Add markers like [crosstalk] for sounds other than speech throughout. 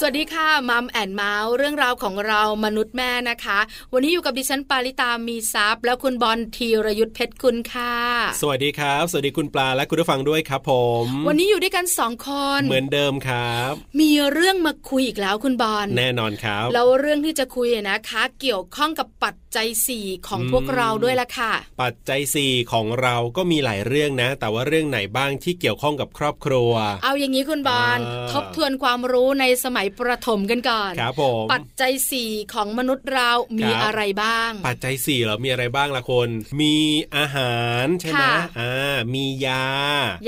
สวัสดีค่ะมัมแอนเมาส์เรื่องราวของเรามนุษย์แม่นะคะ วันนี้อยู่กับดิฉันปาริตามีซัพย์ และคุณบอลธีรยุทธเพชรกุลค่ะ สวัสดีครับ สวัสดีคุณปลาและคุณผู้ฟังด้วยครับผม วันนี้อยู่ด้วยกันสองคน เหมือนเดิมครับ มีเรื่องมาคุยอีกแล้วคุณบอล แน่นอนครับ แล้วเรื่องที่จะคุยอะนะคะ เกี่ยวข้องกับปัจจัยสี่ของ อืม พวกเราด้วยละค่ะ ปัจจัยสี่ของเราก็มีหลายเรื่องนะ แต่ว่าเรื่องไหนบ้างที่เกี่ยวข้องกับครอบครัว เอาอย่างนี้คุณบอล อ่า ทบทวนความรู้ในสมัยประถมกันก่อน ครับผม ปัจจัยสี่ของมนุษย์เรามี ครับ อะไรบ้าง ปัจจัยสี่เหรอมีอะไรบ้างล่ะคน มีอาหารใช่ไหม ค่ะ อ่ามียา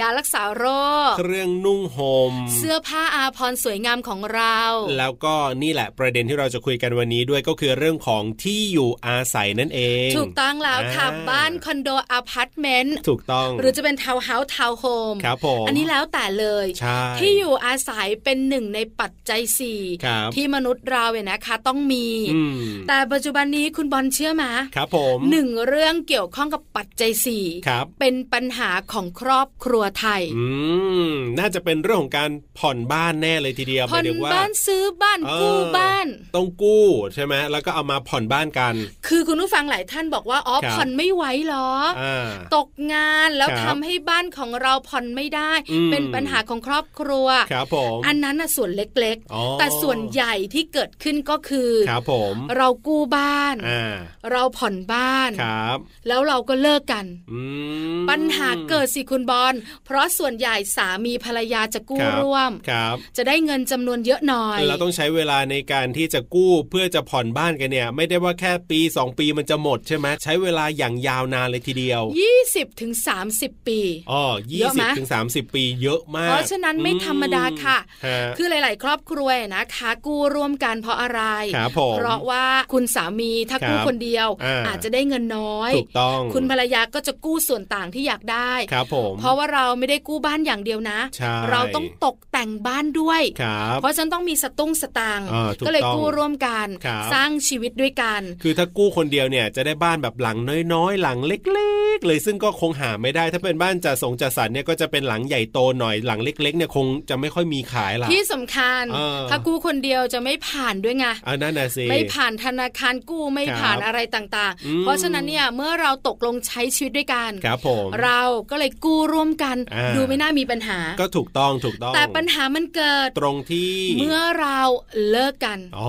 ยารักษาโรค เครื่องนุ่งห่ม เสื้อผ้าอาพรณ์สวยงามของเรา แล้วก็นี่แหละประเด็นที่เราจะคุยกันวันนี้ด้วยก็คือเรื่องของที่อยู่อาศัยนั่นเอง ถูกต้องแล้วค่ะ อ่า บ้านคอนโดอพาร์ตเมนต์ ถูกต้อง หรือจะเป็นทาวน์เฮาส์ทาวน์โฮม ครับผม อันนี้แล้วแต่เลย ใช่ ที่อยู่อาศัยเป็นหนึ่งในปัจจัยสี่ ครับ ที่มนุษย์เราเนี่ยนะคะ ต้องมี อืม แต่ปัจจุบันนี้คุณบอลเชื่อไหม ครับผม หนึ่งเรื่องเกี่ยวข้องกับปัจจัยสี่ ครับ เป็นปัญหาของครอบครัวไทย อืมน่าจะเป็นเรื่องของการผ่อนบ้านแน่เลยทีเดียวห ผ่อยมาน ถึงว่า บ้านซื้อบ้าน เออ กู้บ้าน ต้องกู้ใช่ไหมแล้วก็เอามาผ่อนบ้านกัน คือคุณผู้ฟังหลายท่านบอกว่าอ๋อ ครับ ผ่อนไม่ไหวเหรอ อ่า ตกงานแล้ว ครับ ทำให้บ้านของเราผ่อนไม่ได้ อืม เป็นปัญหาของครอบครัว ครับผม อันนั้นน่ะส่วนเล็ก อ๋อ ๆ แต่ส่วนใหญ่ที่เกิดขึ้นก็คือ ครับผม เรากู้บ้าน อ่า เราผ่อนบ้าน ครับ แล้วเราก็เลิกกัน อืม ปัญหาเกิดสิคุณบอลเพราะส่วนใหญ่สามีภรรยาจะกู้ ครับ ร่วม ครับ จะได้เงินจำนวนเยอะหน่อย เราต้องใช้เวลาในการที่จะกู้เพื่อจะผ่อนบ้านกันเนี่ย ไม่ได้ว่าแค่ปี 2 ปีมันจะหมดใช่ไหมใช้เวลาอย่างยาวนานเลยทีเดียว 20ถึง30 ปี อ๋อยี่ เยอะ สิ ไหม บถึงสามสิบปีเยอะมาก เพราะฉะนั้นไม่ธรรมดาค่ะ ฮะ คือหลาย ๆ ครอบครัวนะคะกู้ร่วมกันเพราะอะไร ครับผม เพราะว่าคุณสามีถ้ากู้ ครับ คนเดียว อ่า อาจจะได้เงินน้อย ถูกต้อง คุณภรรยาก็จะกู้ส่วนต่างที่อยากได้ ครับผม เพราะว่าเราไม่ได้กู้บ้านอย่างเดียวนะ ใช่ เราต้องตกแต่งบ้านด้วย ครับ เพราะฉะนันต้องมีสตุ้งสตางค์ อ่าถูกต้อง ก็เลยกู้ร่วมกัน ครับ สร้างชีวิตด้วยกัน คือถ้ากู้คนเดียวเนี่ยจะได้บ้านแบบหลังน้อยๆ หลังเล็ก ๆ เลยซึ่งก็คงหาไม่ได้ ถ้าเป็นบ้านจัดสงจัดสรรเนี่ยก็จะเป็นหลังใหญ่โตหน่อยหลังเล็ก ๆ เนี่ยคงจะไม่ค่อยมีขายละ ที่สำคัญ เออ ถ้ากู้คนเดียวจะไม่ผ่านด้วยไง อันนั้นนะสิ ไม่ผ่านธนาคารกู้ไม่ ครับ ผ่านอะไรต่าง อื ๆ ม เพราะฉะนั้นเนี่ยเมื่อเราตกลงใช้ชีวิตด้วยกัน ครับผม เราก็เลยกู้ร่วมกัน อ่า ดูไม่น่ามีปัญหา ก็ถูกต้องถูกต้อง แต่ปัญหามันเกิด ตรงที่ เมื่อเราเลิกกัน อ๋อ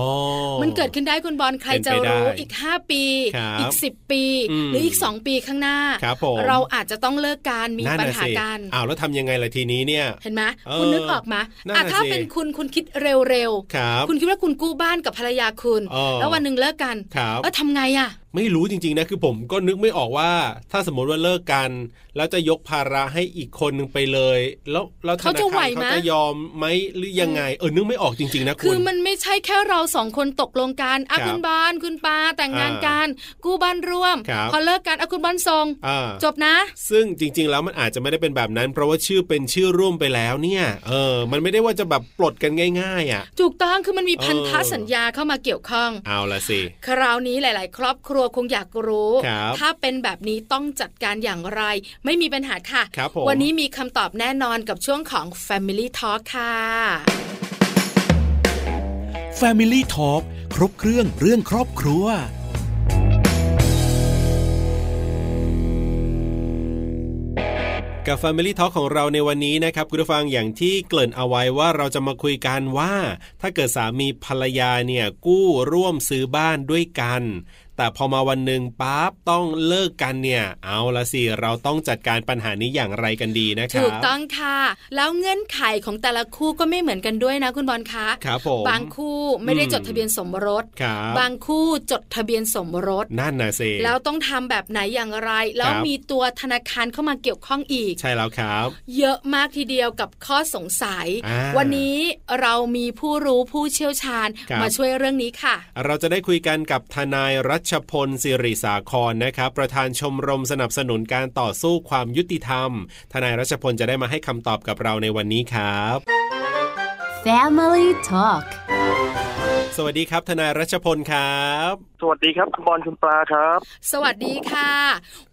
มันเกิดขึ้นได้คุณบอลใคร เป็น จะ ไปได้ รู้อีก 5 ปี ครับ อีก 10 ปี อืม หรืออีก 2 ปีข้างหน้า ครับผม เราอาจจะต้องเลิกกันมี นั่น ปัญ น่ะ หา สิ กัน อ้าวแล้วทำยังไงล่ะทีนี้เนี่ย เห็นไหม เออ คุณนึกออกไหม นั่น อ่ะ น่ะ ถ้า สิ เป็นคุณคุณคิดเร็ว ครับ ๆคุณคิดว่าคุณกู้บ้านกับภรรยาคุณ เออ แล้ววันหนึ่งเลิกกัน ครับ เออทำไงอ่ะ ไม่รู้จริงๆนะคือผมก็นึกไม่ออกว่า ถ้าสมมติว่าเลิกกัน แล้วจะยกภาระให้อีกคนหนึ่งไปเลย แล้วแล้วธนาคาร เขาจะไหวไหม เขาจะยอมไหมหรือยังไง เออนึกไม่ออกจริงๆนะ คื คุ อ ณ มันไม่ใช่แค่เราสองคนตกลงกันอ่ะ ครับ คุณบอลคุณปาแต่งงาน อ่า กันกู้บ้านร่วม ครับ พอเลิกกันอ่ะคุณบอลส่ง อ่า จบนะ ซึ่งจริง ๆ แล้วมันอาจจะไม่ได้เป็นแบบนั้น เพราะว่าชื่อเป็นชื่อร่วมไปแล้วเนี่ย เออ มันไม่ได้ว่าจะแบบปลดกันง่าย ๆ อ่ะ ถูกต้องคือมันมีพันธะ เออ สัญญาเข้ามาเกี่ยวข้อง เอาละสิ คราวนี้หลาย ๆ ครอบครัวคงอยากรู้ ครับ ถ้าเป็นแบบนี้ต้องจัดการอย่างไร ไม่มีปัญหาค่ะ ครับผม วันนี้มีคำตอบแน่นอนกับช่วงของ Family Talk ค่ะ Family Talk ครบเครื่องเรื่องครอบครัว กับ Family Talk ของเราในวันนี้นะครับคุณผู้ฟังอย่างที่เกริ่นเอาไว้ว่าเราจะมาคุยกันว่า ถ้าเกิดสามีภรรยาเนี่ยกู้ร่วมซื้อบ้านด้วยกัน แต่พอมาวันหนึ่งปั๊บต้องเลิกกันเนี่ย เอาละสิ เราต้องจัดการปัญหานี้อย่างไรกันดีนะครับ ถูกต้องค่ะ แล้วเงื่อนไขของแต่ละคู่ก็ไม่เหมือนกันด้วยนะคุณบอลคะ ครับผม บางคู่ไม่ได้ อืม จดทะเบียนสมรส ครับ บางคู่จดทะเบียนสมรส นั่นนะสิ แล้วต้องทำแบบไหนอย่างไร แล้ว ครับ มีตัวธนาคารเข้ามาเกี่ยวข้องอีก ใช่แล้วครับ เยอะมากทีเดียวกับข้อสงสัย อ่า วันนี้เรามีผู้รู้ผู้เชี่ยวชาญ ครับ มาช่วยเรื่องนี้ค่ะ เราจะได้คุยกันกับทนายรัชพลสิริสาครนะครับ ประธานชมรมสนับสนุนการต่อสู้ความยุติธรรม ทนายรัชพลจะได้มาให้คำตอบกับเราในวันนี้ครับ Family Talk สวัสดีครับ ทนายรัชพลครับ สวัสดีครับคุณบอลคุณปลาครับ สวัสดีค่ะ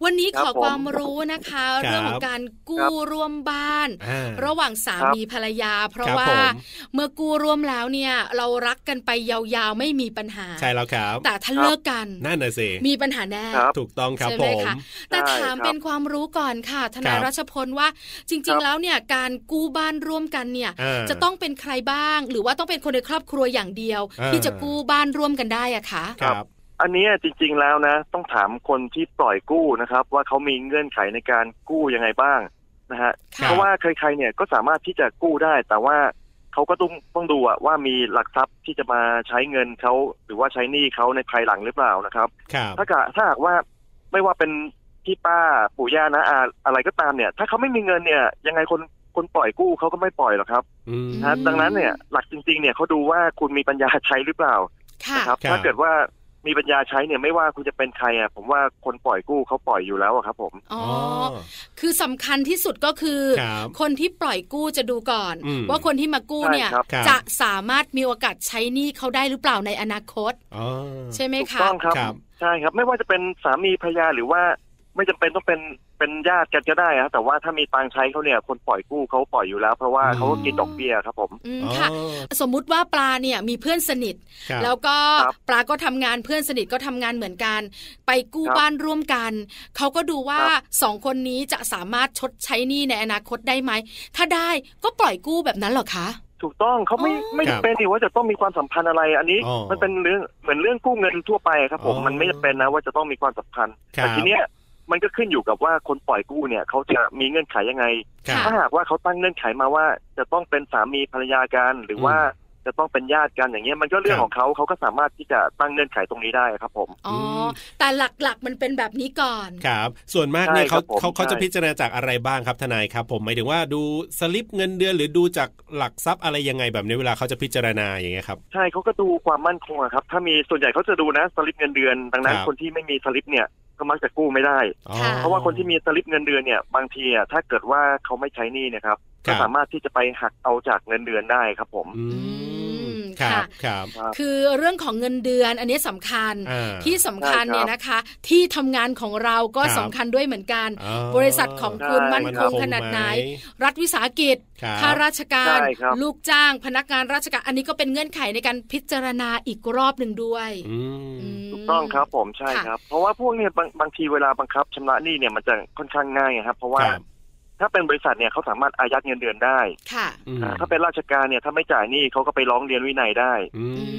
วันนี้ข ครั อบ ผม ความรู้นะคะ ครับ เรื่องของการ ครั กู้ บ ร่วมบ้าน อ่า ระหว่างสามีภรรยา เพราะ ครับ ว่า ผม เมื่อกู้ร่วมแล้วเนี่ย เรารักกันไปยาวๆไม่มีปัญหา ใช่แล้วครับ แต่ถ้าเลิกกัน นั่นน่ะสิ มีปัญหาแน่ ครับ ถูกต้องครับ ใช่ ผ ไหม ม คะ แต่ถาม ใช่ครับ เป็นความรู้ก่อนค่ะ ทนาย ครับ รัชพลว่าจ ครั ริง บ ๆ แล้วเนี่ยการกู้บ้านร่วมกันเนี่ย อ่า จะต้องเป็นใครบ้าง หรือว่าต้องเป็นคนในครอบครัวอย่างเดียว อ่า ที่จะกู้บ้านร่วมกันได้อะคะ ครับ อันเนี้ยจริงๆแล้วนะ ต้องถามคนที่ปล่อยกู้นะครับ ว่าเขามีเงื่อนไขในการกู้ยังไงบ้างนะฮะ ค่ะ เพราะว่าใครๆเนี่ยก็สามารถที่จะกู้ได้ แต่ว่าเขาก็ต้องต้องดูอะว่ามีหลักทรัพย์ที่จะมาใช้เงินเขาหรือว่าใช้หนี้เขาในภายหลังหรือเปล่านะครับ ครับ ถ้ากะถ้าหากว่าไม่ว่าเป็นพี่ป้าปู่ย่านะอาอะไรก็ตามเนี่ย ถ้าเขาไม่มีเงินเนี่ย ยังไงคนคนปล่อยกู้เขาก็ไม่ปล่อยหรอกครับ อืม นะฮะ อืม ดังนั้นเนี่ยหลักจริงๆเนี่ยเขาดูว่าคุณมีปัญญาใช้หรือเปล่า ค่ะ นะครับ ครับ ถ้าเกิดว่ามีปัญญาใช้เนี่ยไม่ว่าคุณจะเป็นใครอ่ะผมว่าคนปล่อยกู้เขาปล่อยอยู่แล้วอะครับผม อ๋ออคือสำคัญที่สุดก็คือ ครับ คนที่ปล่อยกู้จะดูก่อน อืม ว่าคนที่มากู้เนี่ย ใช่ครับ ครับ จะสามารถมีโอกาสใช้หนี้เขาได้หรือเปล่าในอนาคต อ๋อ ใช่ไหม ถูก คะ ต้องครับ ครับ ใช่ครับ ไม่ว่าจะเป็นสามีภรรยาหรือว่า ไม่จำเป็นต้องเป็นเป็นญาติกันก็ได้อะแต่ว่าถ้ามีตังค์ใช้เขาเนี่ย คนปล่อยกู้เขาปล่อยอยู่แล้ว เพราะว่าเขาก็กินดอกเบี้ยครับผม อืม อ๋อ ค่ะ สมมุติว่าปลาเนี่ยมีเพื่อนสนิท ครับ แล้วก็ ครับ ปลาก็ทำงานเพื่อนสนิทก็ทำงานเหมือนกัน ไปกู้ ครับ บ้านร่วมกัน เขาก็ดูว่า ครับ สองคนนี้จะสามารถชดใช้หนี้ในอนาคตได้ไหม ถ้าได้ก็ปล่อยกู้แบบนั้นเหรอคะ ถูกต้องเขาไม่ อ๋อ ไม่ ครั จำ บ เป็นนี่ว่าจะต้องมีความสัมพันธ์อะไร อันนี้ อ๋อ มันเป็นเรื่องเหมือนเรื่องกู้เงินทั่วไปครับผม อ๋อ มันไม่จำเป็นนะว่าจะต้องมีความสัมพันธ์ ครับ แต่ทีเนี้ยมันก็ขึ้นอยู่กับว่าคนปล่อยกู้เนี่ยเขาจะมีเงื่อนไขยังไง ครั ค่ะ บ ถ้าหากว่าเขาตั้งเงื่อนไขมาว่า จะต้องเป็นสามีภรรยากันหรือว่าจะต้องเป็นญาติกันอย่างเงี้ยมันก็เรื่อง ครับ ของเขาเขาก็สามารถที่จะตั้งเงื่อนไขตรงนี้ได้ครับผม อ๋ออ ม แต่หลักๆมันเป็นแบบนี้ก่อน ครับ ส่วนมากเนี่ย ใช่ครั เขา บผม เขาเขา ใช่ จะพิจารณาจากอะไรบ้างครับทนายครับ ผมหมายถึงว่าดูสลิปเงินเดือนหรือดูจากหลักทรัพย์อะไรยังไงแบบนี้เวลาเขาจะพิจารณาอย่างเงี้ยครับ ใช่เขาก็ดูความมั่นคงอะครับ ถ้ามีส่วนใหญ่เขาจะดูนะสลิปเงินเดือน ดังนั้น ครับ คนที่ไม่มีสลิปเนี่ยก็มักจะกู้ไม่ได้ อ๋อ ค่ะ เพราะว่าคนที่มีสลิปเงินเดือนเนี่ยบางทีอ่ะถ้าเกิดว่าเขาไม่ใช้หนี้เนะครับ ครั ก็ บ สามารถที่จะไปหักเอาจากเงินเดือนได้ครับผม อืม อืม ครับ ค่ะ ครับ คือเรื่องของเงินเดือนอันนี้สำคัญ อ่า ที่สำคัญ ใช่ครับ เนี่ยนะคะ ที่ทำงานของเราก็ ครับ สำคัญด้วยเหมือนกัน อ๋อบ ริษัทของคุณ ใช่ มั่นคงขนาดไหน รัฐวิสาหกิจ ครับ ข้าราชการ ใช่ครับ ลูกจ้าง พนักงานราชการ อันนี้ก็เป็นเงื่อนไขในการพิจารณาอีกรอบหนึ่งด้วย อืม อืม ถูกต้องครับผมใช่ ค่ะ ครับ เพราะว่าพวกเนี่ยบางบางทีเวลาบังคับชำระหนี้เนี่ยมันจะค่อนข้างง่ายครับ เพราะว่า ครับ ถ้าเป็นบริษัทเนี่ยเขาสามารถอายัดเงินเดือนได้ ค่ะ อืม อ่าถ้าเป็นราชการเนี่ยถ้าไม่จ่ายหนี้เขาก็ไปร้องเรียนวินัยได้ อื อื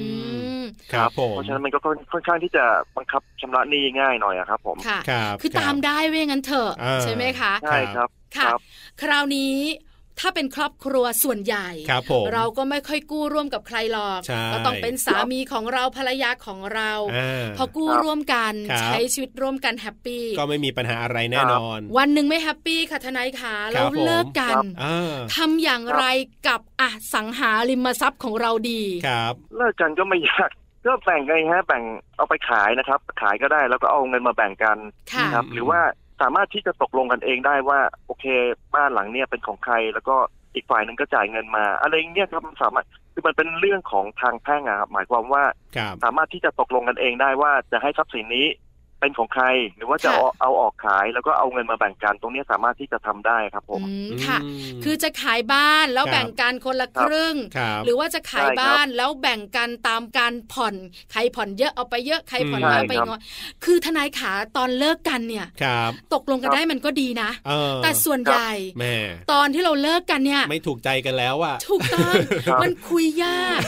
มมครับผม เพราะฉะนั้นมันก็ค่อนค่อนข้างที่จะบังคับชำระหนี้ง่ายหน่อยอะครับ ผม ค่ะ ครับ คือตามได้เว้ยงั้นเถอะ อ่า ใช่ไหมคะ ใช่ครับ ค่ะ ครับ คราวนี้ถ้าเป็นครอบครัวส่วนใหญ่ ครับผม เราก็ไม่ค่อยกู้ร่วมกับใครหรอก ใช่ ก็ต้องเป็นสามีของเราภรรยาของเรา อ่า พอกู้ ครับ ร่วมกัน ครับ ใช้ชีวิตร่วมกันแฮปปี้ ก็ไม่มีปัญหาอะไรแน่นอน วันหนึ่งไม่แฮปปี้ค่ะทนายขา ครับ แล้ว ผม เลิกกัน อ่า ทำอย่างไรกับอสังหาริมทรัพย์ของเราดี ครับ เลิกกันก็ไม่ยาก [laughs] ก็แบ่งไงฮะแบ่งเอาไปขายนะครับ ขายก็ได้แล้วก็เอาเงินมาแบ่งกัน ค่ะ ครับ อืม หรือว่าสามารถที่จะตกลงกันเองได้ว่า โอเค บ้านหลังเนี้ยเป็นของใคร แล้วก็อีกฝ่ายหนึ่งก็จ่ายเงินมา อะไรอย่างเงี้ยครับมันสามารถคือมันเป็นเรื่องของทางแพ่งอะครับหมายความว่า ครับ สามารถที่จะตกลงกันเองได้ว่าจะให้ทรัพย์สินนี้เป็นของใคร หรือว่าจะ ค่ะ เอาเอาออกขาย แล้วก็เอาเงินมาแบ่งกัน ตรงเนี้ยสามารถที่จะทำได้ครับผม อืมค่ะ อืม คือจะขายบ้านแล้ว ครับ แบ่งกันคนละครึ่ง ครับ หรือว่าจะขาย ใช่ครับ บ้านแล้วแบ่งกันตามการผ่อนใครผ่อนเยอะเอาไปเยอะใครผ่อน อืม น้อยเอาไป ใช่ครับ น้อยคือทนายขาตอนเลิกกันเนี่ย ครับ ตกลงกันได้มันก็ดีนะ เออ แต่ส่วนใหญ่ แม่ ตอนที่เราเลิกกันเนี่ย ไม่ถูกใจกันแล้วอ่ะ ถูกต้อง ครับ มันคุยยาก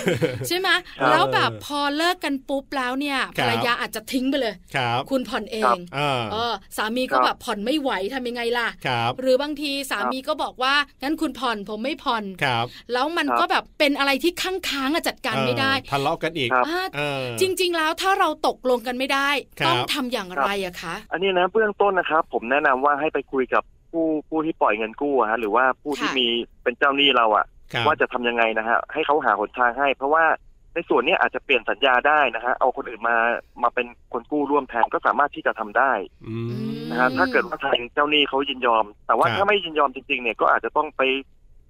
ใช่ไหม ครับ แล้วแบบพอเลิกกันปุ๊บแล้วเนี่ยภครับ รรยาอาจจะทิ้งไปเลย ครับ คุณผ่อนเอ ครั ง บ เออ เออสามีก็ ครับ แบบผ่อนไม่ไหวทำยังไงล่ะ ครับ หรือบางทีสามีก็บอกว่างั้นคุณผ่อนผมไม่ผ่อน ครับ แล้วมัน ครับ ก็แบบเป็นอะไรที่ค้างค้างๆอะจัดการไม่ได้ เออทะเลาะกันอีก ครับ อ่า เออ จริง ๆ แล้วถ้าเราตกลงกันไม่ได้ ครับ ต้องทำอย่างไรอะคะ อันนี้นะเบื้องต้นนะครับ ผมแนะนำว่าให้ไปคุยกับผู้ผู้ที่ปล่อยเงินกู้อะฮะหรือว่าผู้ที่ ค่ะ มีเป็นเจ้าหนี้เราอะ ครับ ว่าจะทำยังไงนะฮะให้เขาหาหนทางให้ เพราะว่าในส่วนเนี้ยอาจจะเปลี่ยนสัญญาได้นะฮะเอาคนอื่นมามาเป็นคนกู้ร่วมแทนก็สามารถที่จะทำได้ อืม นะฮะ อืม ถ้าเกิดว่าทางเจ้าหนี้เขายินยอม แต่ว่า ครับ ถ้าไม่ยินยอมจริงๆเนี่ยก็อาจจะต้องไป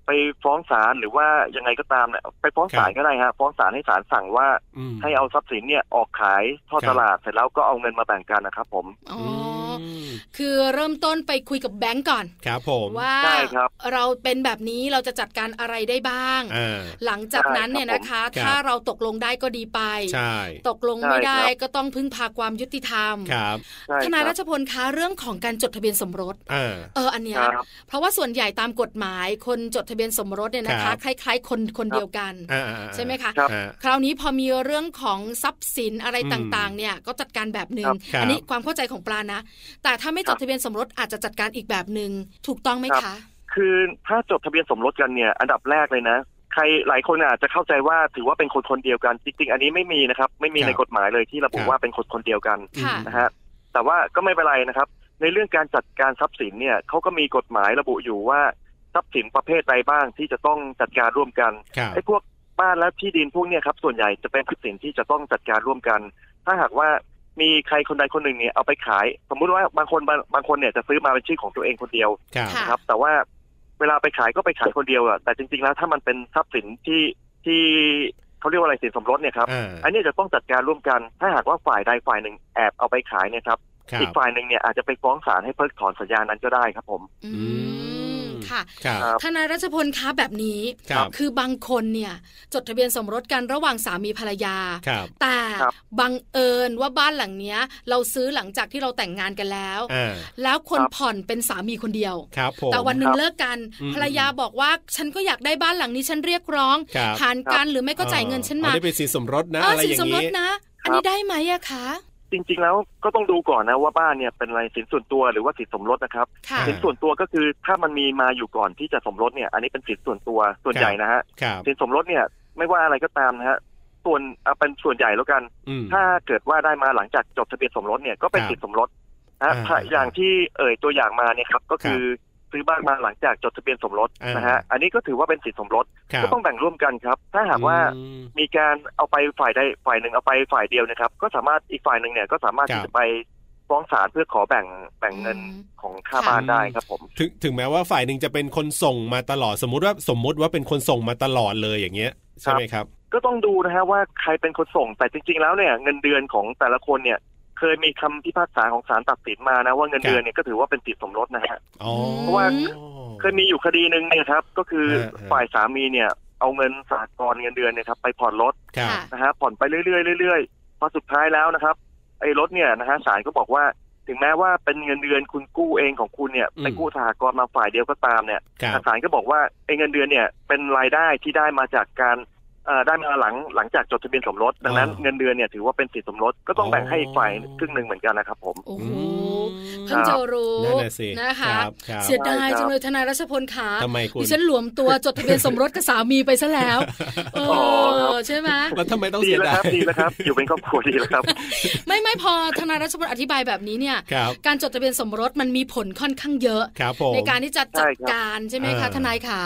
ไปฟ้องศาลหรือว่ายังไงก็ตามเนี่ยไปฟ้องศาคลรับ ก็ได้ฮะฟ้องศาลให้ศาลสั่งว่า อืม ให้เอาทรัพย์สินเนี่ยออกขายทอด ครับ ตลาดเสร็จแล้วก็เอาเงินมาแบ่งกันนะครับผม อ๋ออ ม คือเริ่มต้นไปคุยกับแบงก์ก่อน ครับผม ว่า ใช่ครับ เราเป็นแบบนี้เราจะจัดการอะไรได้บ้าง อ่า หลังจากนั้นเนี่ยนะคะ ครับ ถ้าเราตกลงได้ก็ดีไป ใช่ ตกลงไม่ได้ ใช่ครับ ก็ต้องพึ่งพาความยุติธรรม ครับ ใช่ ทนาย ครั รับ ชพลคะเรื่องของการจดทะเบียนสมรส อ่า เอออันเนี้ย ครับ เพราะว่าส่วนใหญ่ตามกฎหมายคนจดทะเบียนสมรสเนี่ยนะ ครั คะ บ คล้าย ๆ คนคนเดียวกัน อ่าอ่าอ่า ใช่ไหมคะ ครับ อ่า คราวนี้พอมีเรื่องของทรัพย์สินอะไร อืม ต่างๆ เนี่ยก็จัดการแบบหนึ คง่งรับอันี้ความเข้าใจของปลานะ แต่ถ้าไม่จดทะเบียนสมรสอาจจะจัดการอีกแบบหนึง่งถูกต้องไหมคะ คือถ้าจดทะเบียนสมรสกันเนี่ยอันดับแรกเลยนะ ใครหลายคนอาจจะเข้าใจว่าถือว่าเป็นคนคนเดียวกันจริงๆอันนี้ไม่มีนะครับ ไม่มี ครับ ในกฎหมายเลยที่ระบุ ครับ ว่าเป็นคนคนเดียวกัน ค่ะ นะฮะแต่ว่าก็ไม่เป็นไรนะครับ ในเรื่องการจัดการทรัพย์สินเนี่ยเขาก็มีกฎหมายระบุอยู่ว่าทรัพย์สินประเภทใดบ้างที่จะต้องจัดการร่วมกัน ครับ ไอ้พวกบ้านและที่ดินพวกเนี่ยครับส่วนใหญ่จะเป็นทรัพย์สินที่จะต้องจัดการร่วมกัน ถ้าหากว่ามีใครคนใดคนหนึ่งเนี่ยเอาไปขาย สมมุติว่าบางคนบางบางคนเนี่ยจะซื้อมาเป็นชื่อของตัวเองคนเดียว ครับ ค่ะ นะครับ แต่ว่าเวลาไปขายก็ไปขายคนเดียวอะแต่จริง ๆแล้วถ้ามันเป็นทรัพย์สินที่ที่เขาเรียกว่าอะไรสินสมรสเนี่ยครับ อ่า อันเนี้ยจะต้องจัดการร่วมกัน ถ้าหากว่าฝ่ายใดฝ่ายหนึ่งแอบเอาไปขายเนี่ยครับ ครั อีก บ ฝ่ายหนึ่งเนี่ยอาจจะไปฟ้องศาลให้เพิกถอนสัญญานั้นก็ได้ครับผม อื อื ม ม ค่ะ ครับ ครับ ทนายรัชพลคะแบบนี้ ครับ อบางคนเนี่ยจดทะเบียนสมรสกันระหว่างสามีภรรยา ครับ แต่ ครับ บังเอิญว่าบ้านหลังเนี้ย เราซื้อหลังจากที่เราแต่งงานกันแล้ว อ่า แล้วคน ครับ ผ่อนเป็นสามีคนเดียว ครับผม แต่วันหนึ่ ค ง รับ เลิกกัน อืม ภรรยาบอกว่าฉันก็อยากได้บ้านหลังนี้ฉันเรียกร้อง ครับ หารกันหรือไม่ก็จ่ายเงินฉันมา อ๋อได้เป็นสินสมรสนะ เออ อะไร สิน อย่า ส ง มรส นี้ นะ อัน ครั นี้ บ ได้ไหมอะคะ จริง ๆ แล้วก็ต้องดูก่อนนะว่าบ้านเนี่ยเป็นอะไรสินส่วนตัวหรือว่าสินสมรสนะครับ ค่ะ อ่า สินส่วนตัวก็คือถ้ามันมีมาอยู่ก่อนที่จะสมรสเนี่ย อันนี้เป็นสินส่วนตัวส่วนใหญ่นะฮะ ครับ สินสมรสเนี่ยไม่ว่าอะไรก็ตามนะฮะส่วนเอาเป็นส่วนใหญ่แล้วกัน อืม ถ้าเกิดว่าได้มาหลังจากจดทะเบียนสมรสเนี่ยก็เป็น ครับ สินสมรสนะฮะ อ่า ถ้าอย่างที่เอ่ยตัวอย่างมาเนี่ยครับก็คือซื้อบ้านมาหลังจากจดทะเบียนสมรส อ่าน นะฮะอันนี้ก็ถือว่าเป็นสินสมรส ครับ ก็ต้องแบ่งร่วมกันครับ ถ้าหากว่า อืม มีการเอาไปฝ่ายใดฝ่ายหนึ่งเอาไปฝ่ายเดียวนะครับ ก็สามารถอีกฝ่ายหนึ่งเนี่ยก็สามารถ ครับ ที่จะไปฟ้องศาลเพื่อขอแบ่งแบ่งเงิน อืม ของค่าบ้านได้ครับผม ถึงถึงแม้ว่าฝ่ายหนึ่งจะเป็นคนส่งมาตลอดสมมุติว่าสมมุติว่าเป็นคนส่งมาตลอดเลยอย่างเงี้ยใช่ไหมครับ ก็ต้องดูนะฮะว่าใครเป็นคนส่งแต่จริง ๆ แล้วเนี่ยเงินเดือนของแต่ละคนเนี่ย เคยมีคำพิพากษาของศาลตัดสินมานะว่าเงินเดือนเนี่ยก็ถือว่าเป็นสิทธิสมรสนะฮะ อ๋อ เพราะว่า เคยมีอยู่คดีหนึ่งเนี่ยครับ ก็คือ เออเออ ฝ่ายสามีเนี่ย เอาเงินสหกรณ์เงินเดือนเนี่ยครับไปผ่อนรถ ครับ ค่ะ นะฮะผ่อนไปเรื่อยๆเรื่อยๆพอสุดท้ายแล้วนะครับไอ้รถเนี่ยนะฮะศาลก็บอกว่า ถึงแม้ว่าเป็นเงินเดือนคุณกู้เองของคุณเนี่ย อืม ไปกู้สหกรณ์มาฝ่ายเดียวก็ตามเนี่ย ครับ ศาลก็บอกว่าไอ้เงินเดือนเนี่ยเป็นรายได้ที่ได้มาจากการเอ่อได้มาหลังหลังจากจดทะเบียนสมรสดังนั้น อ่า เงินเดือนเนี่ยถือว่าเป็นสิทธิสมรสก็ต้องแบ่งให้อีกฝ่ายครึ่งหนึ่งเหมือนกันนะครับผม โอ้ อื โห ม เพิ่งจะรู้ นั่นน่ะสิ นะคะ รับครับ เสียดาย ครับ จังเลยทนายรัชพลขา ทำไมคุณ ดิฉันหลวมตัวจดทะเบียนสมรสกับสามีไปซะ [laughs] แล้วเอ อ๋อครับ อใช่ไหม แล้วทำไมต้อง ดี เสีย แล้ดาวค ย รับดีแล้วครับ อยู่เป็นครอบครัวดีแล้ว [laughs] ครับ ไม่ไม่พอทนายรัชพลอธิบายแบบนี้เนี่ย ครับ การจดทะเบียนสมรสมันมีผลค่อนข้างเยอะ ครับผม ในการที่จะจัดการใช่ไหมคะ เออ ทนายขา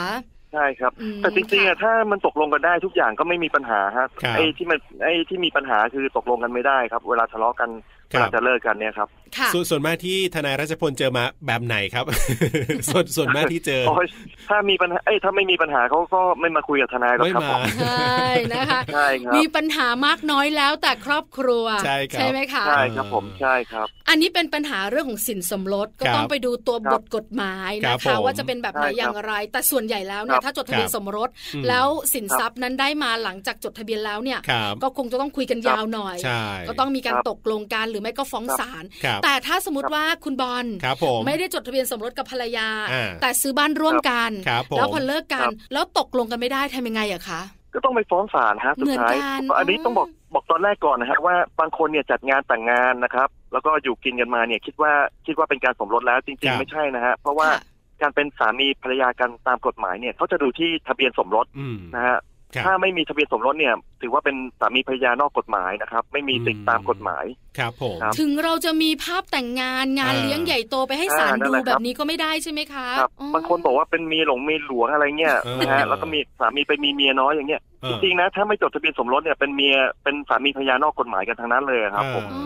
ใช่ครับ อืม แต่จริงๆ ค่ะ อะถ้ามันตกลงกันได้ทุกอย่างก็ไม่มีปัญหาฮะ ครับ ไอ้ที่มันไอ้ที่มีปัญหาคือตกลงกันไม่ได้ครับ เวลาทะเลาะกัน ค เว รับลาจะเลิกกันเนี่ยครับ ค่ะ ส่วนส่วนมากที่ทนายรัชพลเจอมาแบบไหนครับ [laughs] ส่วนส่วนมากที่เจอ โอ้ยถ้ามีปัญหาเอ้ยถ้าไม่มีปัญหาเขาก็ไม่มาคุยกับทนายหรอก ไม่ ครับ มา ผม ใช่นะคะ ใช่ครับ มีปัญหามากน้อยแล้วแต่ครอบครัว ใช่ครับ ไหมคะ ใช่ครับผมใช่ครับ อันนี้เป็นปัญหาเรื่องของสินสมรสก็ ครับ ต้องไปดูตัว ครับ บ ทกฎหมาย ครั นะ บผ คะ ม ว่าจะเป็นแบบไหน ใช่ครับ อย่างไร แต่ส่วนใหญ่แล้วเนี่ยครับ ถ้าจดทะเบียน ครับ สมรส อืม แล้วสินทรัพย์นั้นได้มาหลังจากจดทะเบียนแล้วเนี่ย ครับ ก็คงจะต้องคุยกันยาวหน่อย ใช่ ก็ต้องมีการ ครับ ตกลงกันหรือไม่ก็ฟ้องศาล ครับ แต่ถ้าสมมติว่าคุณบอล ครับผม ไม่ได้จดทะเบียนสมรสกับภรรยา อ่า แต่ซื้อบ้านร่วมกัน ครับผม แล้วพอเลิกกั คน รับ แล้วตกลงกันไม่ได้ทำยังไงอะคะ ก็ต้องไปฟ้องศาลฮะสุดท้าย เหมือนกัน อันนี้ อ๋อ ต้องบอกบอกตอนแรกก่อนนะฮะว่าบางคนเนี่ยจัดงานแต่งงานนะครับ แล้วก็อยู่กินกันมาเนี่ยคิดว่าคิดว่าเป็นการสมรสแล้วจ ค ริ รั ง บ ๆ ไม่ใช่นะฮะเพราะว่า ค่ะ การเป็นสามีภรรยากันตามกฎหมายเนี่ยเขาจะดูที่ทะเบียนสมรส อืม นะฮะ ครับ ถ้าไม่มีทะเบียนสมรสเนี่ย ถือว่าเป็นสามีภรรยานอกกฎหมายนะครับ ไม่มีติด อืม ตามกฎหมาย ครับผม ครับ ถึงเราจะมีภาพแต่งงานงาน อ่า เลี้ยงใหญ่โตไปให้ศาล อ่านั่ ดู นแหละครับ แบบนี้ก็ไม่ได้ใช่ไหมคะ ครับ อ๋อบ างคนบอกว่าเป็นมีหลงมีหลวงอะไรเงี้ยนะฮะ เออ แล้วก็มีสามีไปมีเมียน้อยอย่างเงี้ย เอ จ อ ริงๆนะถ้าไม่จดทะเบียนสมรสเนี่ยเป็นเมียเป็นสามีภรรยานอกกฎหมายกันทั้งนั้นเลยครับผม เออ อ๋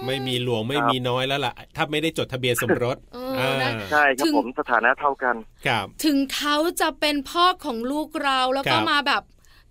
อ ไม่มีหลวงไม่มีน้อยแล้วล่ะ ถ้าไม่ได้จดทะเบียนสมรส เออนะ ใช่ครั ถึ บ ง ผมสถานะเท่ากัน ครับ ถึงเขาจะเป็นพ่อของลูกเราแล้วก็ ครับ มาแบบ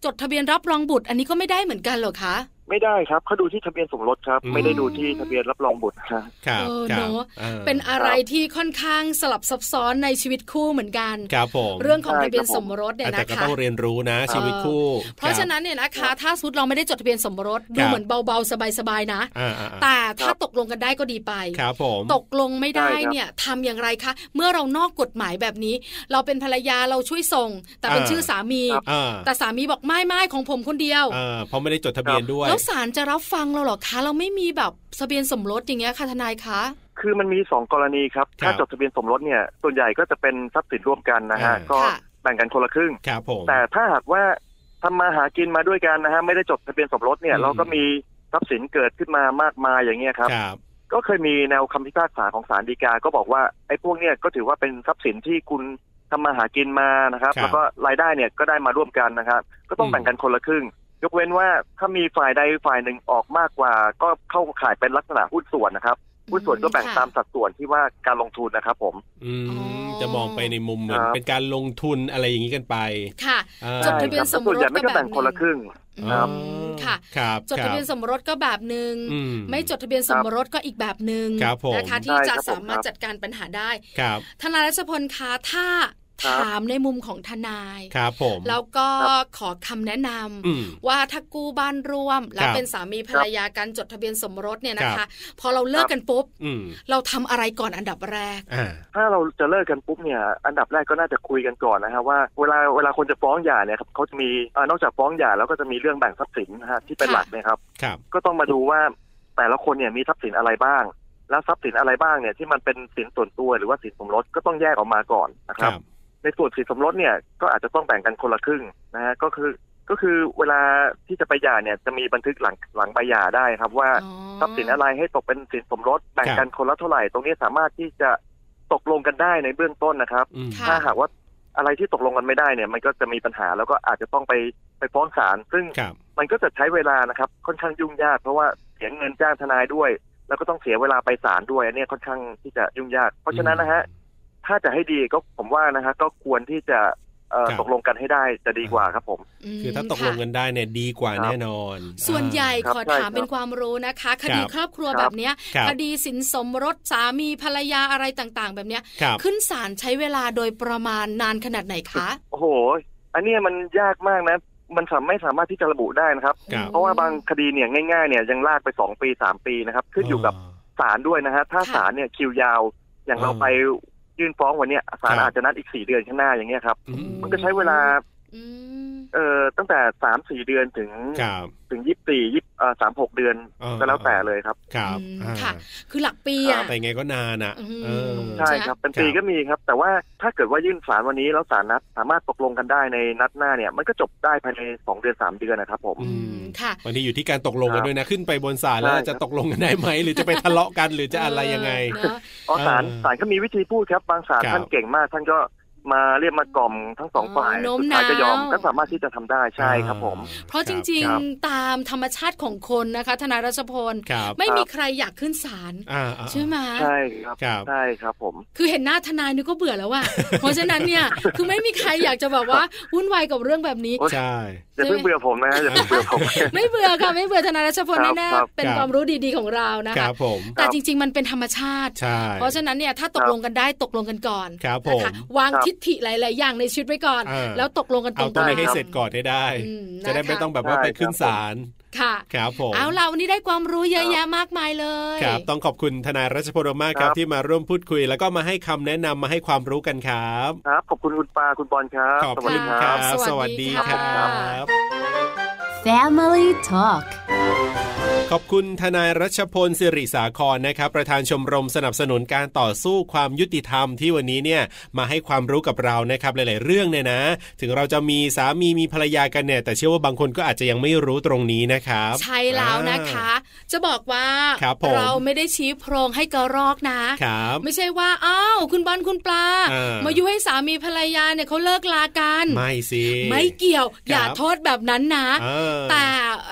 จดทะเบียนรับรองบุตร อันนี้ก็ไม่ได้เหมือนกันเหรอคะ ไม่ได้ครับเขาดูที่ทะเบียนสมรสครับ ไม่ได้ดูที่ทะเบียนรับรองบุตรฮะ ครับ เออ ครับ เนาะ อ่า เป็นอะไรที่ค่อนข้างสลับซับซ้อนในชีวิตคู่เหมือนกัน ครับผม เรื่องของ ใช่ ทะเบียน ครับผม สมรสเนี่ย อ่ะแต่ นะ ก็ คะ ต้องเรียนรู้นะ ชีวิตคู่ เพราะฉะ คบ นั้นเนี่ยนะคะ ถ้าสมมุดเราไม่ได้จดทะเบียนสมรส ค ดู รับ เหมือนเบาๆ สบายๆนะ อ่าอ่าอ่า แต่ถ้าตกลงกันได้ก็ดีไป ครับผม ตกลงไม่ได้ ใช่ครับ เนี่ยทำอย่างไรคะ เมื่อเรานอกกฎหมายแบบนี้ เราเป็นภรรยาเราช่วยส่ง แต่เป็น อ่า ชื่อสามี อ่า แต่สามีบอกไม่ไม่ของผมคนเดียว อ่าเพราะไม่ได้จดทะเบียนด้วย แล้วศาลจะรับฟังเราเหรอคะ เราไม่มีแบบทะเบียนสมรสอย่างเงี้ยค่ะทนายคะ คือมันมีสองกรณีครับคถ้ารับ จดทะเบียนสมรสเนี่ยส่วนใหญ่ก็จะเป็นทรัพย์สินร่วมกันนะฮะ อ่า ก็ ค่ะ แบ่งกันคนละครึ่ง ครับผม แต่ถ้าหากว่าทำมาหากินมาด้วยกันนะฮะไม่ได้จดทะเบียนสมรสเนี่ย อืม เราก็มีทรัพย์สินเกิดขึ้นมามากมายอย่างเงี้ยครับ ครับ ก็เคยมีแนวคำพิพากษาของศาลฎีกา ก็บอกว่าไอ้พวกเนี่ยก็ถือว่าเป็นทรัพย์สินที่คุณทำมาหากินมานะครับ ครับ แล้วก็รายได้เนี่ยก็ได้มาร่วมกันนะครับ ก็ต้อ อื ง ม แบ่งกันคนละครึ่ง ยกเว้นว่าถ้ามีฝ่ายใดฝ่ายหนึ่งออกมากกว่า ก็เข้าข่ายเป็นลักษณะหุ้นส่วนนะครับหุ้นส่วนก็แบ่ง ค่ะ ตามสัดส่วนที่ว่าการลงทุนนะครับผม อืม อ๋อ จะมองไปในมุมเหมือน ครับ เป็นการลงทุนอะไรอย่างนี้กันไป ค่ะ อ่า จดทะเบียน ใช่ค สมรส ส่วนใหญ่ไม่ก็ ก็แบ่ แบ่ ง งคนละครึ่ง ครับ อืมค่ะ ครับ จดทะเบียน ค ส รับ มรสก็แบบหนึ่ง อืม ไม่จดทะเบียนสมรสก็อีกแบบหนึ่ง ครับผม นะคะที่จะ ใช่ครับผม สามารถ ครับ จัดการปัญหาได้ ครับ ทนายรัชพลคะถ้า ครับ ถามในมุมของทนาย ครับผม แล้วก็ขอคำแนะนำ อืม ว่าถ้ากู้บ้านร่วม แล้ว ครับ เป็นสามีภรรยากันจดทะเบียนสมรสเนี่ยนะ ครั คะ บ พอเราเลิกกันปุ๊บ อืม เราทำอะไรก่อนอันดับแรก อ่า ถ้าเราจะเลิกกันปุ๊บเนี่ยอันดับแรกก็น่าจะคุยกันก่อนนะฮะว่าเวลาเวลาคนจะฟ้องหย่าเนี่ยครับเขาจะมีเอ่อนอกจากฟ้องหย่าแล้วก็จะมีเรื่องแบ่งทรัพย์สินนะฮะที่เป็น ค่ะ หลักนะครับ ครับ ก็ต้องมาดูว่าแต่ละคนเนี่ยมีทรัพย์สินอะไรบ้าง แล้วทรัพย์สินอะไรบ้างเนี่ยที่มันเป็นสินส่วนตัวหรือว่าสินสมรสก็ต้องแยกออกมาก่อนนะ ค ครั รับ บ ในส่วนสินสมรสเนี่ยก็อาจจะต้องแบ่งกันคนละครึ่งนะฮะก็คือก็คือเวลาที่จะไปหย่าเนี่ยจะมีบันทึกหลังหลังใบหย่าได้ครับว่า อ๋อ ทรัพย์สินอะไรให้ตกเป็นสินสมรสแบ่งกันคนละเท่าไหร่ ตรงนี้สามารถที่จะตกลงกันได้ในเบื้องต้นนะครับ อืม ค่ะ ถ้าหากว่าอะไรที่ตกลงกันไม่ได้เนี่ย มันก็จะมีปัญหาแล้วก็อาจจะต้องไปไปฟ้องศาลซึ่ง ครับ มันก็จะใช้เวลานะครับ ค่อนข้างยุ่งยาก เพราะว่าเสียเงินจ้างทนายด้วย แล้วก็ต้องเสียเวลาไปศาลด้วยอันเนี้ยค่อนข้างที่จะยุ่งยาก เพราะฉะนั้นนะฮะถ้าจะให้ดีก็ผมว่านะฮะก็ควรที่จะเอ่คอรับ ตกลงกันให้ได้จะดีกว่าครับผม ม คือถ้าตกลงกั ค่ะ นได้เนี่ยดีกว่า ครับ แน่นอน ส่วนใหญ่ ครับ ขอ ใช่ ถาม ครับ เป็นความรู้นะคะ คดีครอบครัว ครับ แบบเนี้ย ครับ คดีสินสมรสสามีภรรยาอะไรต่างๆ แบบเนี้ย ครับ ขึ้นศาลใช้เวลาโดยประมาณนานขนาดไหนคะ โอ้โห อันเนี้ยมันยากมากนะ มันสามไม่สามารถที่จะระบุได้นะครับ ครับ เพราะว่าบางคดีเนี่ยง่ายๆเนี่ยยังลากไปสองปีสามปีนะครับขึ้นอยู่กับศาลด้วยนะฮะถ้าศาลเนี่ยคิวยาว อย่างเราไปยื่นฟ้องวันเนี้ยศาคลรับ อาจจะนัดอีกสี่เดือนข้างหน้าอย่างเงี้ยครับ อื มันก็ใช้เวลา อืม เอ่อตั้งแต่สามสี่เดือนถึง ครับ ถึงยี่สี่ยี่เอ่อสามหกเดือน เออ ก็แล้วแต่เลยครับ ครับ อืม อ่า ค่ะ คือหลักปีอ่ะ แต่ไงก็นานอ่ะ อืม เออ ใช่ครับเป็นปี ครับ ก็มีครับ แต่ว่าถ้าเกิดว่ายื่นศาลวันนี้แล้วศาลนัดสามารถตกลงกันได้ในนัดหน้าเนี่ย มันก็จบได้ภายในสองเดือนสามเดือนนะครับผม อืมค่ะ บางทีอยู่ที่การตกลงกัน ครับ ด้วยนะ ขึ้นไปบนศาลแล้ว ใช่ จะตกลงกันได้ไหม หรือจะไปทะเลาะกันหรือจะอะไรยังไง เออเนอะ อ๋อศาล เออ ศาลก็มีวิธีพูดครับบางศาล ครับ ท่านเก่งมากท่านก็มาเรียกมากล่อมทั้งสองฝ่ายสุดท้ายก็ยอมก็สามารถที่จะทำได้ใช่ครับผม เพราะจริง ครับ ๆ ตามธรรมชาติของคนนะคะ ทนายรัชพล ๆครับ ไม่มีใครอยากขึ้นศาล อ่าอ่า ใช่ไหม ใช่ครับ ครับ ใช่ครับผม คือเห็นหน้าทนายนึกก็เบื่อแล้วว่ะ เพราะฉะนั้นเนี่ย คือไม่มีใครอยากจะแบบว่าวุ่นวายกับเรื่องแบบนี้ โอ๊ย ใช่ อย่าเพิ่งเบื่อผมนะอย่าเพิ่งเบื่อผม ไม่เบื่อค่ะ ไม่เบื่อทนายรัชพล ครับ แน่ ครับ ๆเป็น ครับ ความรู้ดีๆของเรานะ ค คะ รับผม แต่จริง ๆ มันเป็นธรรมชาติ ใช่ เพราะฉะนั้นเนี่ยถ้าตกลงกันได้ตกลงกันก่อน ครับผ นะ ม คะวาง ครับ ทิฏฐิหลาย ๆ อย่างในชีวิตไว้ก่อน อ่า แล้วตกลงกันตร เอา งๆ ตรงนี้ให้เสร็จก่อนให้ได้ อืม จะได้ นะคะ ไม่ต้องแบบว่าไปขึ้นศาล ค่ะ ครับผม เอาเราวันนี้ได้ความรู้เยอะแยะมากมายเลย ครับ ต้องขอบคุณทนายรัชพลมากค ครัรับบ ที่มาร่วมพูดคุย แล้วก็มาให้คำแนะนำมาให้ความรู้กันครับ ครับขอบคุณคุณปาคุณบอลครับ ขอบ สวัส คุณดีค ค รั รับ บ ส ส วั วั ส ส ดี ดี ค่ะ ครับ Family Talk ขอบคุณทนายรัชพลสิริสาครนะครับ ประธานชมรมสนับสนุนการต่อสู้ความยุติธรรมที่วันนี้เนี่ยมาให้ความรู้กับเรานะครับหลาย ๆ เรื่องเนี่ยนะ ถึงเราจะมีสามีมีภรรยากันเนี่ย แต่เชื่อว่าบางคนก็อาจจะยังไม่รู้ตรงนี้นะครับ ใช่แล้วนะคะ จะบอกว่า ครับผม เราไม่ได้ชี้โพรงให้กระรอกนะ อ่าครับ ไม่ใช่ว่าอ้าวคุณบอลคุณปลา เออ มายุให้สามีภรรยาเนี่ยเขาเลิกลากัน ไม่สิ ไม่เกี่ยว ครับ อย่าโทษแบบนั้นนะ เออ แต่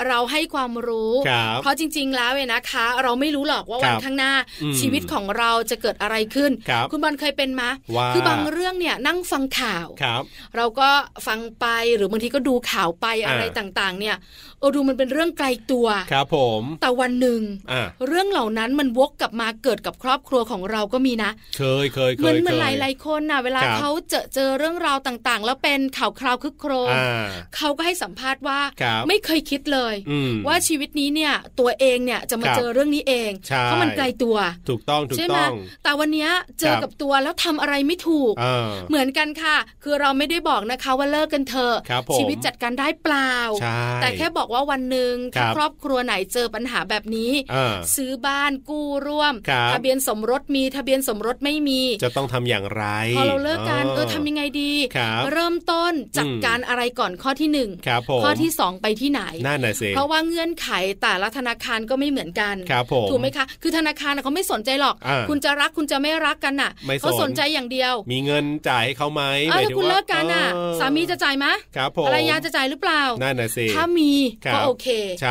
เราให้ความรู้ ครับ เพราะจริง ๆ แล้วเนี่ยนะคะ เราไม่รู้หรอกว่า ครั วัน บ ข้างหน้า อืม ชีวิตของเราจะเกิดอะไรขึ้น ครับ ณบอลเคยเป็นมะ ว่า คือบางเรื่องเนี่ยนั่งฟังข่าว ครับ เราก็ฟังไปหรือบางทีก็ดูข่าวไปอะไร อ่า ต่างๆ เนี่ยเออดูมันเป็นเรื่องไกลตัว ครับผม แต่วันหนึ่ง อ่ะ เรื่องเหล่านั้นมันวกกลับมาเกิดกับครอบครัวของเราก็มีนะ เคยเคยเค เหมือน ย เหมื เค อน ย หลายหลายๆคนนะเวลา ครับ เขาเจอเจอเรื่องราวต่างๆ แล้วเป็นข่าวคราวคึกโครม อ่า เขาก็ให้สัมภาษณ์ว่า ครับ ไม่เคยคิดเลย อืม ว่าชีวิตนี้เนี่ยตัวเองเนี่ยจะมา ครับ เจอเรื่องนี้เอง ใช่ เพราะมันไกลตัว ถูกต้องถูก ใช่ไหม ต้อง แต่วันเนี้ยเจอ ครับ กับตัวแล้วทำอะไรไม่ถูก อ่า เหมือนกันค่ะ คือเราไม่ได้บอกนะคะว่าเลิกกันเถอะ ครับผม ชีวิตจัดการได้เปล่า ใช่ แต่แค่บอกว่าวันหนึ่ง ครั ถ้า บ ครอบครัวไหนเจอปัญหาแบบนี้ อ่า ซื้อบ้านกู้ร่วม ครับ ทะเบียนสมรสมีทะเบียนสมรสไม่มี จะต้องทำอย่างไร พอเราเลิกกัน า เออทำยังไงดี ครับ เริ่มต้นจัด อืม การอะไรก่อนข้อที่หนึ่ง ครับผม ข้อที่สองไปที่ไหน นั่นน่ะสิ เพราะว่าเงื่อนไขแต่ละธนาคารก็ไม่เหมือนกัน ครับผม ถูกไหมคะ คือธนาคารน่ะเขาไม่สนใจหรอก อ่า คุณจะรักคุณจะไม่รักกันน่ะ ไม่สน เขาสนใจอย่างเดียว มีเงินจ่ายให้เขาไหม เอ ห อ มาย ถ้า ถึง คุณ ว่า เลิกกันน่ะ เออ สามีจะจ่ายไหม ครับผม ภรรยาจะจ่ายหรือเปล่า นั่นน่ะสิ ถ้ามี รับ ก็โอเค ใช่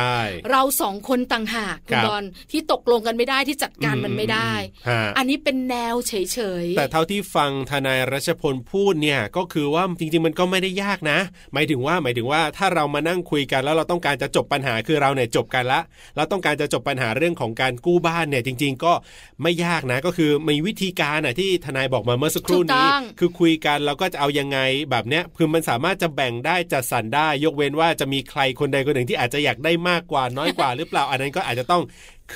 เราสองคนต่างหากคุณครับ บอลที่ตกลงกันไม่ได้ที่จัดการมันไม่ได้ อืมฮะ อันนี้เป็นแนวเฉย แต่เท่าที่ฟังทนายรัชพลพูดเนี่ยก็คือว่าจริงๆมันก็ไม่ได้ยากนะ หมายถึงว่าหมายถึงว่าถ้าเรามานั่งคุยกันแล้วเราต้องการจะจบปัญหาคือเราเนี่ยจบกันละเราต้องการจะจบปัญหาเรื่องของการกู้บ้านเนี่ยจริง ๆ ก็ไม่ยากนะ ก็คือมีวิธีการน่ะที่ทนายบอกมาเมื่อสักครู่ ถูกต้ นี้ อง คือคุยกันเราก็จะเอายังไงแบบเนี้ยคือมันสามารถจะแบ่งได้จัดสรรได้ ยกเว้นว่าจะมีใครคนใดคนหนึ่งที่อาจจะอยากได้มากกว่าน้อยกว่า หรือเปล่าอันนั้นก็อาจจะต้อง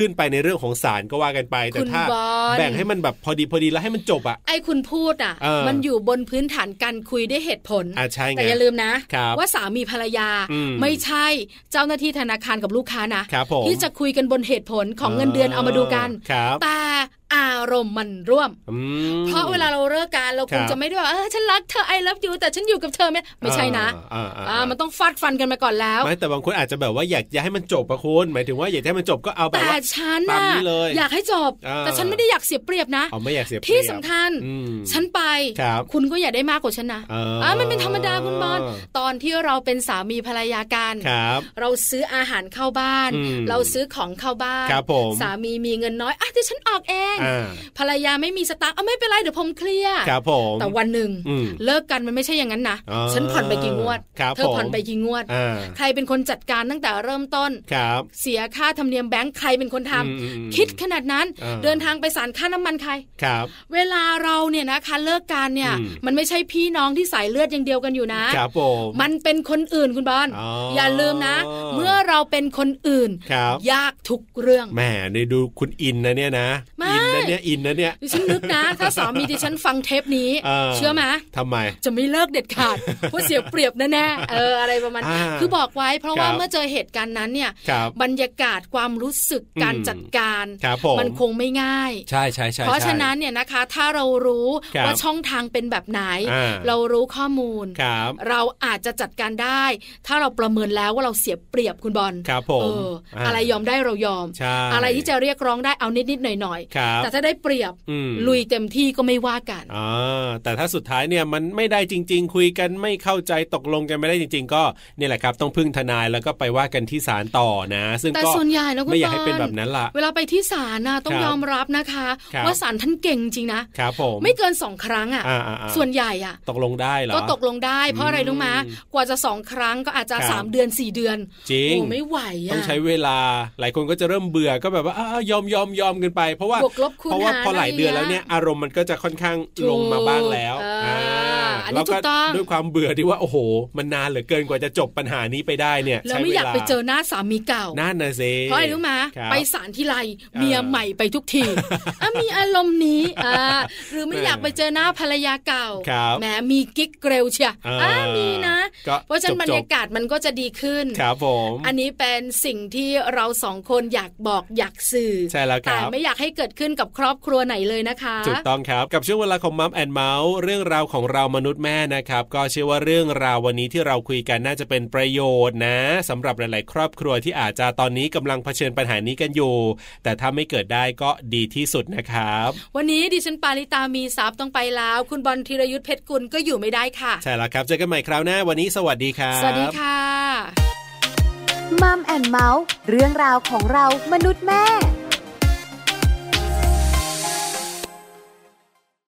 ขึ้นไปในเรื่องของศาลก็ว่ากันไป แต่ คุณ ถ้า บอล แบ่งให้มันแบบพอดีพอดีแล้วให้มันจบอะ ๆ ไอ้คุณพูดอ่ะ เออ มันอยู่บนพื้นฐานการคุยด้วยเหตุผล อ่าใช่ไง แต่อย่าลืมนะ ครับ ว่าสามีภรรยา อืม ไม่ใช่เจ้าหน้าที่ธนาคารกับลูกค้านะครับ ผม ที่จะคุยกันบนเหตุผลของเงินเดือนเอามาดูกัน ครับ แต่อารมณ์มันร่วม อืม เพราะเวลาเราเลิกกันเราค ครั ง บ จะไม่ได้ว่าเออฉันรักเธอไอ o v ฟยูแต่ฉันอยู่กับเธอไม่ไม่ใช่นะ อ่าอ่า อ่ามันต้องฟาดฟันกันมาก่อนแล้ว ไม่แต่บางคนอาจจะแบบว่าอยากจะให้มันจบปะคุณหมายถึงว่าอยากจะให้มันจบก็เอาแบบ แต่ ว่า ฉัน ตาม น่ะ นี้เลย อยากให้จบ อ่า แต่ฉันไม่ได้อยากเสียเปรียบนะ เอาไม่อยากเสียเปรียบ ที่สำคัญ อืม ฉันไป ครับ ณก็อย่าได้มากกว่าฉันนะ เอออ่ ะมันเป็นธรรมดาคุณบอลตอนที่เราเป็นสามีภรรยากัน ครับ เราซื้ออาหารเข้าบ้าน อืม เราซื้อของเข้าบ้าน ครับผม สามีมีเงินน้อยอ่ะเดี๋ยวฉันออกเอง อ่า ภรรยาไม่มีสตางค์อ่ะไม่เป็นไรเดี๋ยวผมเคลียร์ ครับผม แต่วันหนึ่ง อืม เลิกกันมันไม่ใช่อย่างนั้นนะ อ๋อ ฉันผ่อนไปกี่งวด ครับ เธอผ่อน ผม ไปกี่งวด อ่า ใครเป็นคนจัดการตั้งแต่เริ่มต้น ครับ เสียค่าธรรมเนียมแบงค์ใครเป็นคนทำ อืมอืมอืม คิดขนาดนั้น อ่า เดินทางไปศาลค่าน้ำมันใคร ครับ เวลาเราเนี่ยนะคะเลิกกันเนี่ย อืม มันไม่ใช่พี่น้องที่สายเลือดอย่างเดียวกันอยู่นะ ครับผม มันเป็นคนอื่นคุณบอล อ๋ออ อย่าลืมนะ เมื่อเราเป็นคนอื่น ครับ ยากทุกเรื่อง แหมในดูคุณอินนะเนี่ยนะ ไม่ อินนะเนี่ยอินนะเนี่ย ดิฉันนึกนะ ถ้าสามีดิฉันฟังเทปนี้ เออ เชื่อไหม ทำไม จะไม่เลิกเด็ดขาด เพราะเสียเปรียบแน่ๆเอออะไรประมาณ อ่า คือบอกไว้ เพราะ ครับ ว่าเมื่อเจอเหตุการณ์นั้นเนี่ย ครับ บรรยากาศความรู้สึกการ อืม จัดการ ครับผม มันคงไม่ง่าย ใช่ใช่ใช่ เพราะ ใช่ ฉะนั้นเนี่ยนะคะถ้าเรารู้ ครับ ว่าช่องทางเป็นแบบไหน อ่า เรารู้ข้อมูล ครับ เราอาจจะจัดการได้ ถ้าเราประเมินแล้วว่าเราเสียเปรียบคุณบอล ครับผม เอออา อะไรยอมได้เรายอม ใช่ อะไรที่จะเรียกร้องได้เอานิดนิดๆหน่อยหน่อยๆ ครับ แต่ถ้าได้เปรียบ อืม ลุยเต็มที่ก็ไม่ว่ากัน อ่าแต่ถ้าสุดท้ายเนี่ยมันไม่ได้จริง ๆ คุยกันไม่เข้าใจตกลงกันไม่ได้จริง ๆ ก็เนี่ยแหละครับ ต้องพึ่งทนายแล้วก็ไปว่ากันที่ศาลต่อนะ ซึ่ง แต่ ก็ ส่วนใหญ่นะคุณ ไม่อยากบให้อล เป็นแบบนั้นละ เวลาไปที่ศาลนะต้อง ครับ ยอมรับนะคะ ครับ ว่าศาลท่านเก่งจริงนะครับ ผม ไม่เกินสองครั้งอ่ะ อ่าอ่าอ่า ส่วนใหญ่อ่ะ ตกลงได้เหรอ ก็ตกลงได้เพราะอะไรรู้มะ อืม กว่าจะสองครั้งก็อาจจะ ครับ สามเดือนสี่เดือน จริง โอ้ไม่ไหวอะ ต้องใช้เวลาหลายคนก็จะเริ่มเบื่อก็แบบว่าอ่าอ่ายอมยอมยอมกันไป เพราะว่า บวกลบคูณ เพราะว่า หาร พอหลาย อะไร เดือนแล้วเนี่ยอารมณ์มันก็จะค่อนข้างลงมาบ้างแล้ว ถูกอ่าอันนี้ แล้ว ถู ก็ กต้อง ด้วยความเบื่อที่ว่าโอ้โห มันนานเหลือเกินกว่าจะจบปัญหานี้ไปได้เนี่ย แล้ว ใช้ ไม่อยาก วล ไปเจอหน้าสามีเก่า นั่นนะสิ เพราะอะไรรู้มา ครับ ไปสารทีไรเมียใหม่ไปทุก [laughs] ทีอ่ะมีอารมณ์นี้อ่าหรือไม่ แม่ อยากไปเจอหน้าภรรยาเก่า ครับ แหมมีกิ๊กเกรลเชีย อ่า อ่ะมีนะ ก็ เพราะฉะนั้น จบๆ บรรยากาศมันก็จะดีขึ้น ครับผม อันนี้เป็นสิ่งที่เราสองคนอยากบอกอยากสื่อ ใช่แล้วครับ แต่ไม่อยากให้เกิดขึ้นกับครอบครัวไหนเลยนะคะ ถูกต้องครับกับช่วงเวลาของมัมแอนเมาส์เรื่องราวของเรามนุษย์แม่นะครับ ก็เชื่อว่าเรื่องราววันนี้ที่เราคุยกันน่าจะเป็นประโยชน์นะสำหรับหลาย ๆ ครอบครัวที่อาจจะตอนนี้กำลังเผชิญปัญหานี้กันอยู่ แต่ถ้าไม่เกิดได้ก็ดีที่สุดนะครับ วันนี้ดิฉันปาริตามีซับต้องไปแล้ว คุณบอลธีรยุทธเพชรกุลก็อยู่ไม่ได้ค่ะ ใช่แล้วครับเจอกันใหม่คราวหน้าวันนี้สวัสดีครับ สวัสดีค่ะ มัมแอนเมาส์เรื่องราวของเรามนุษย์แม่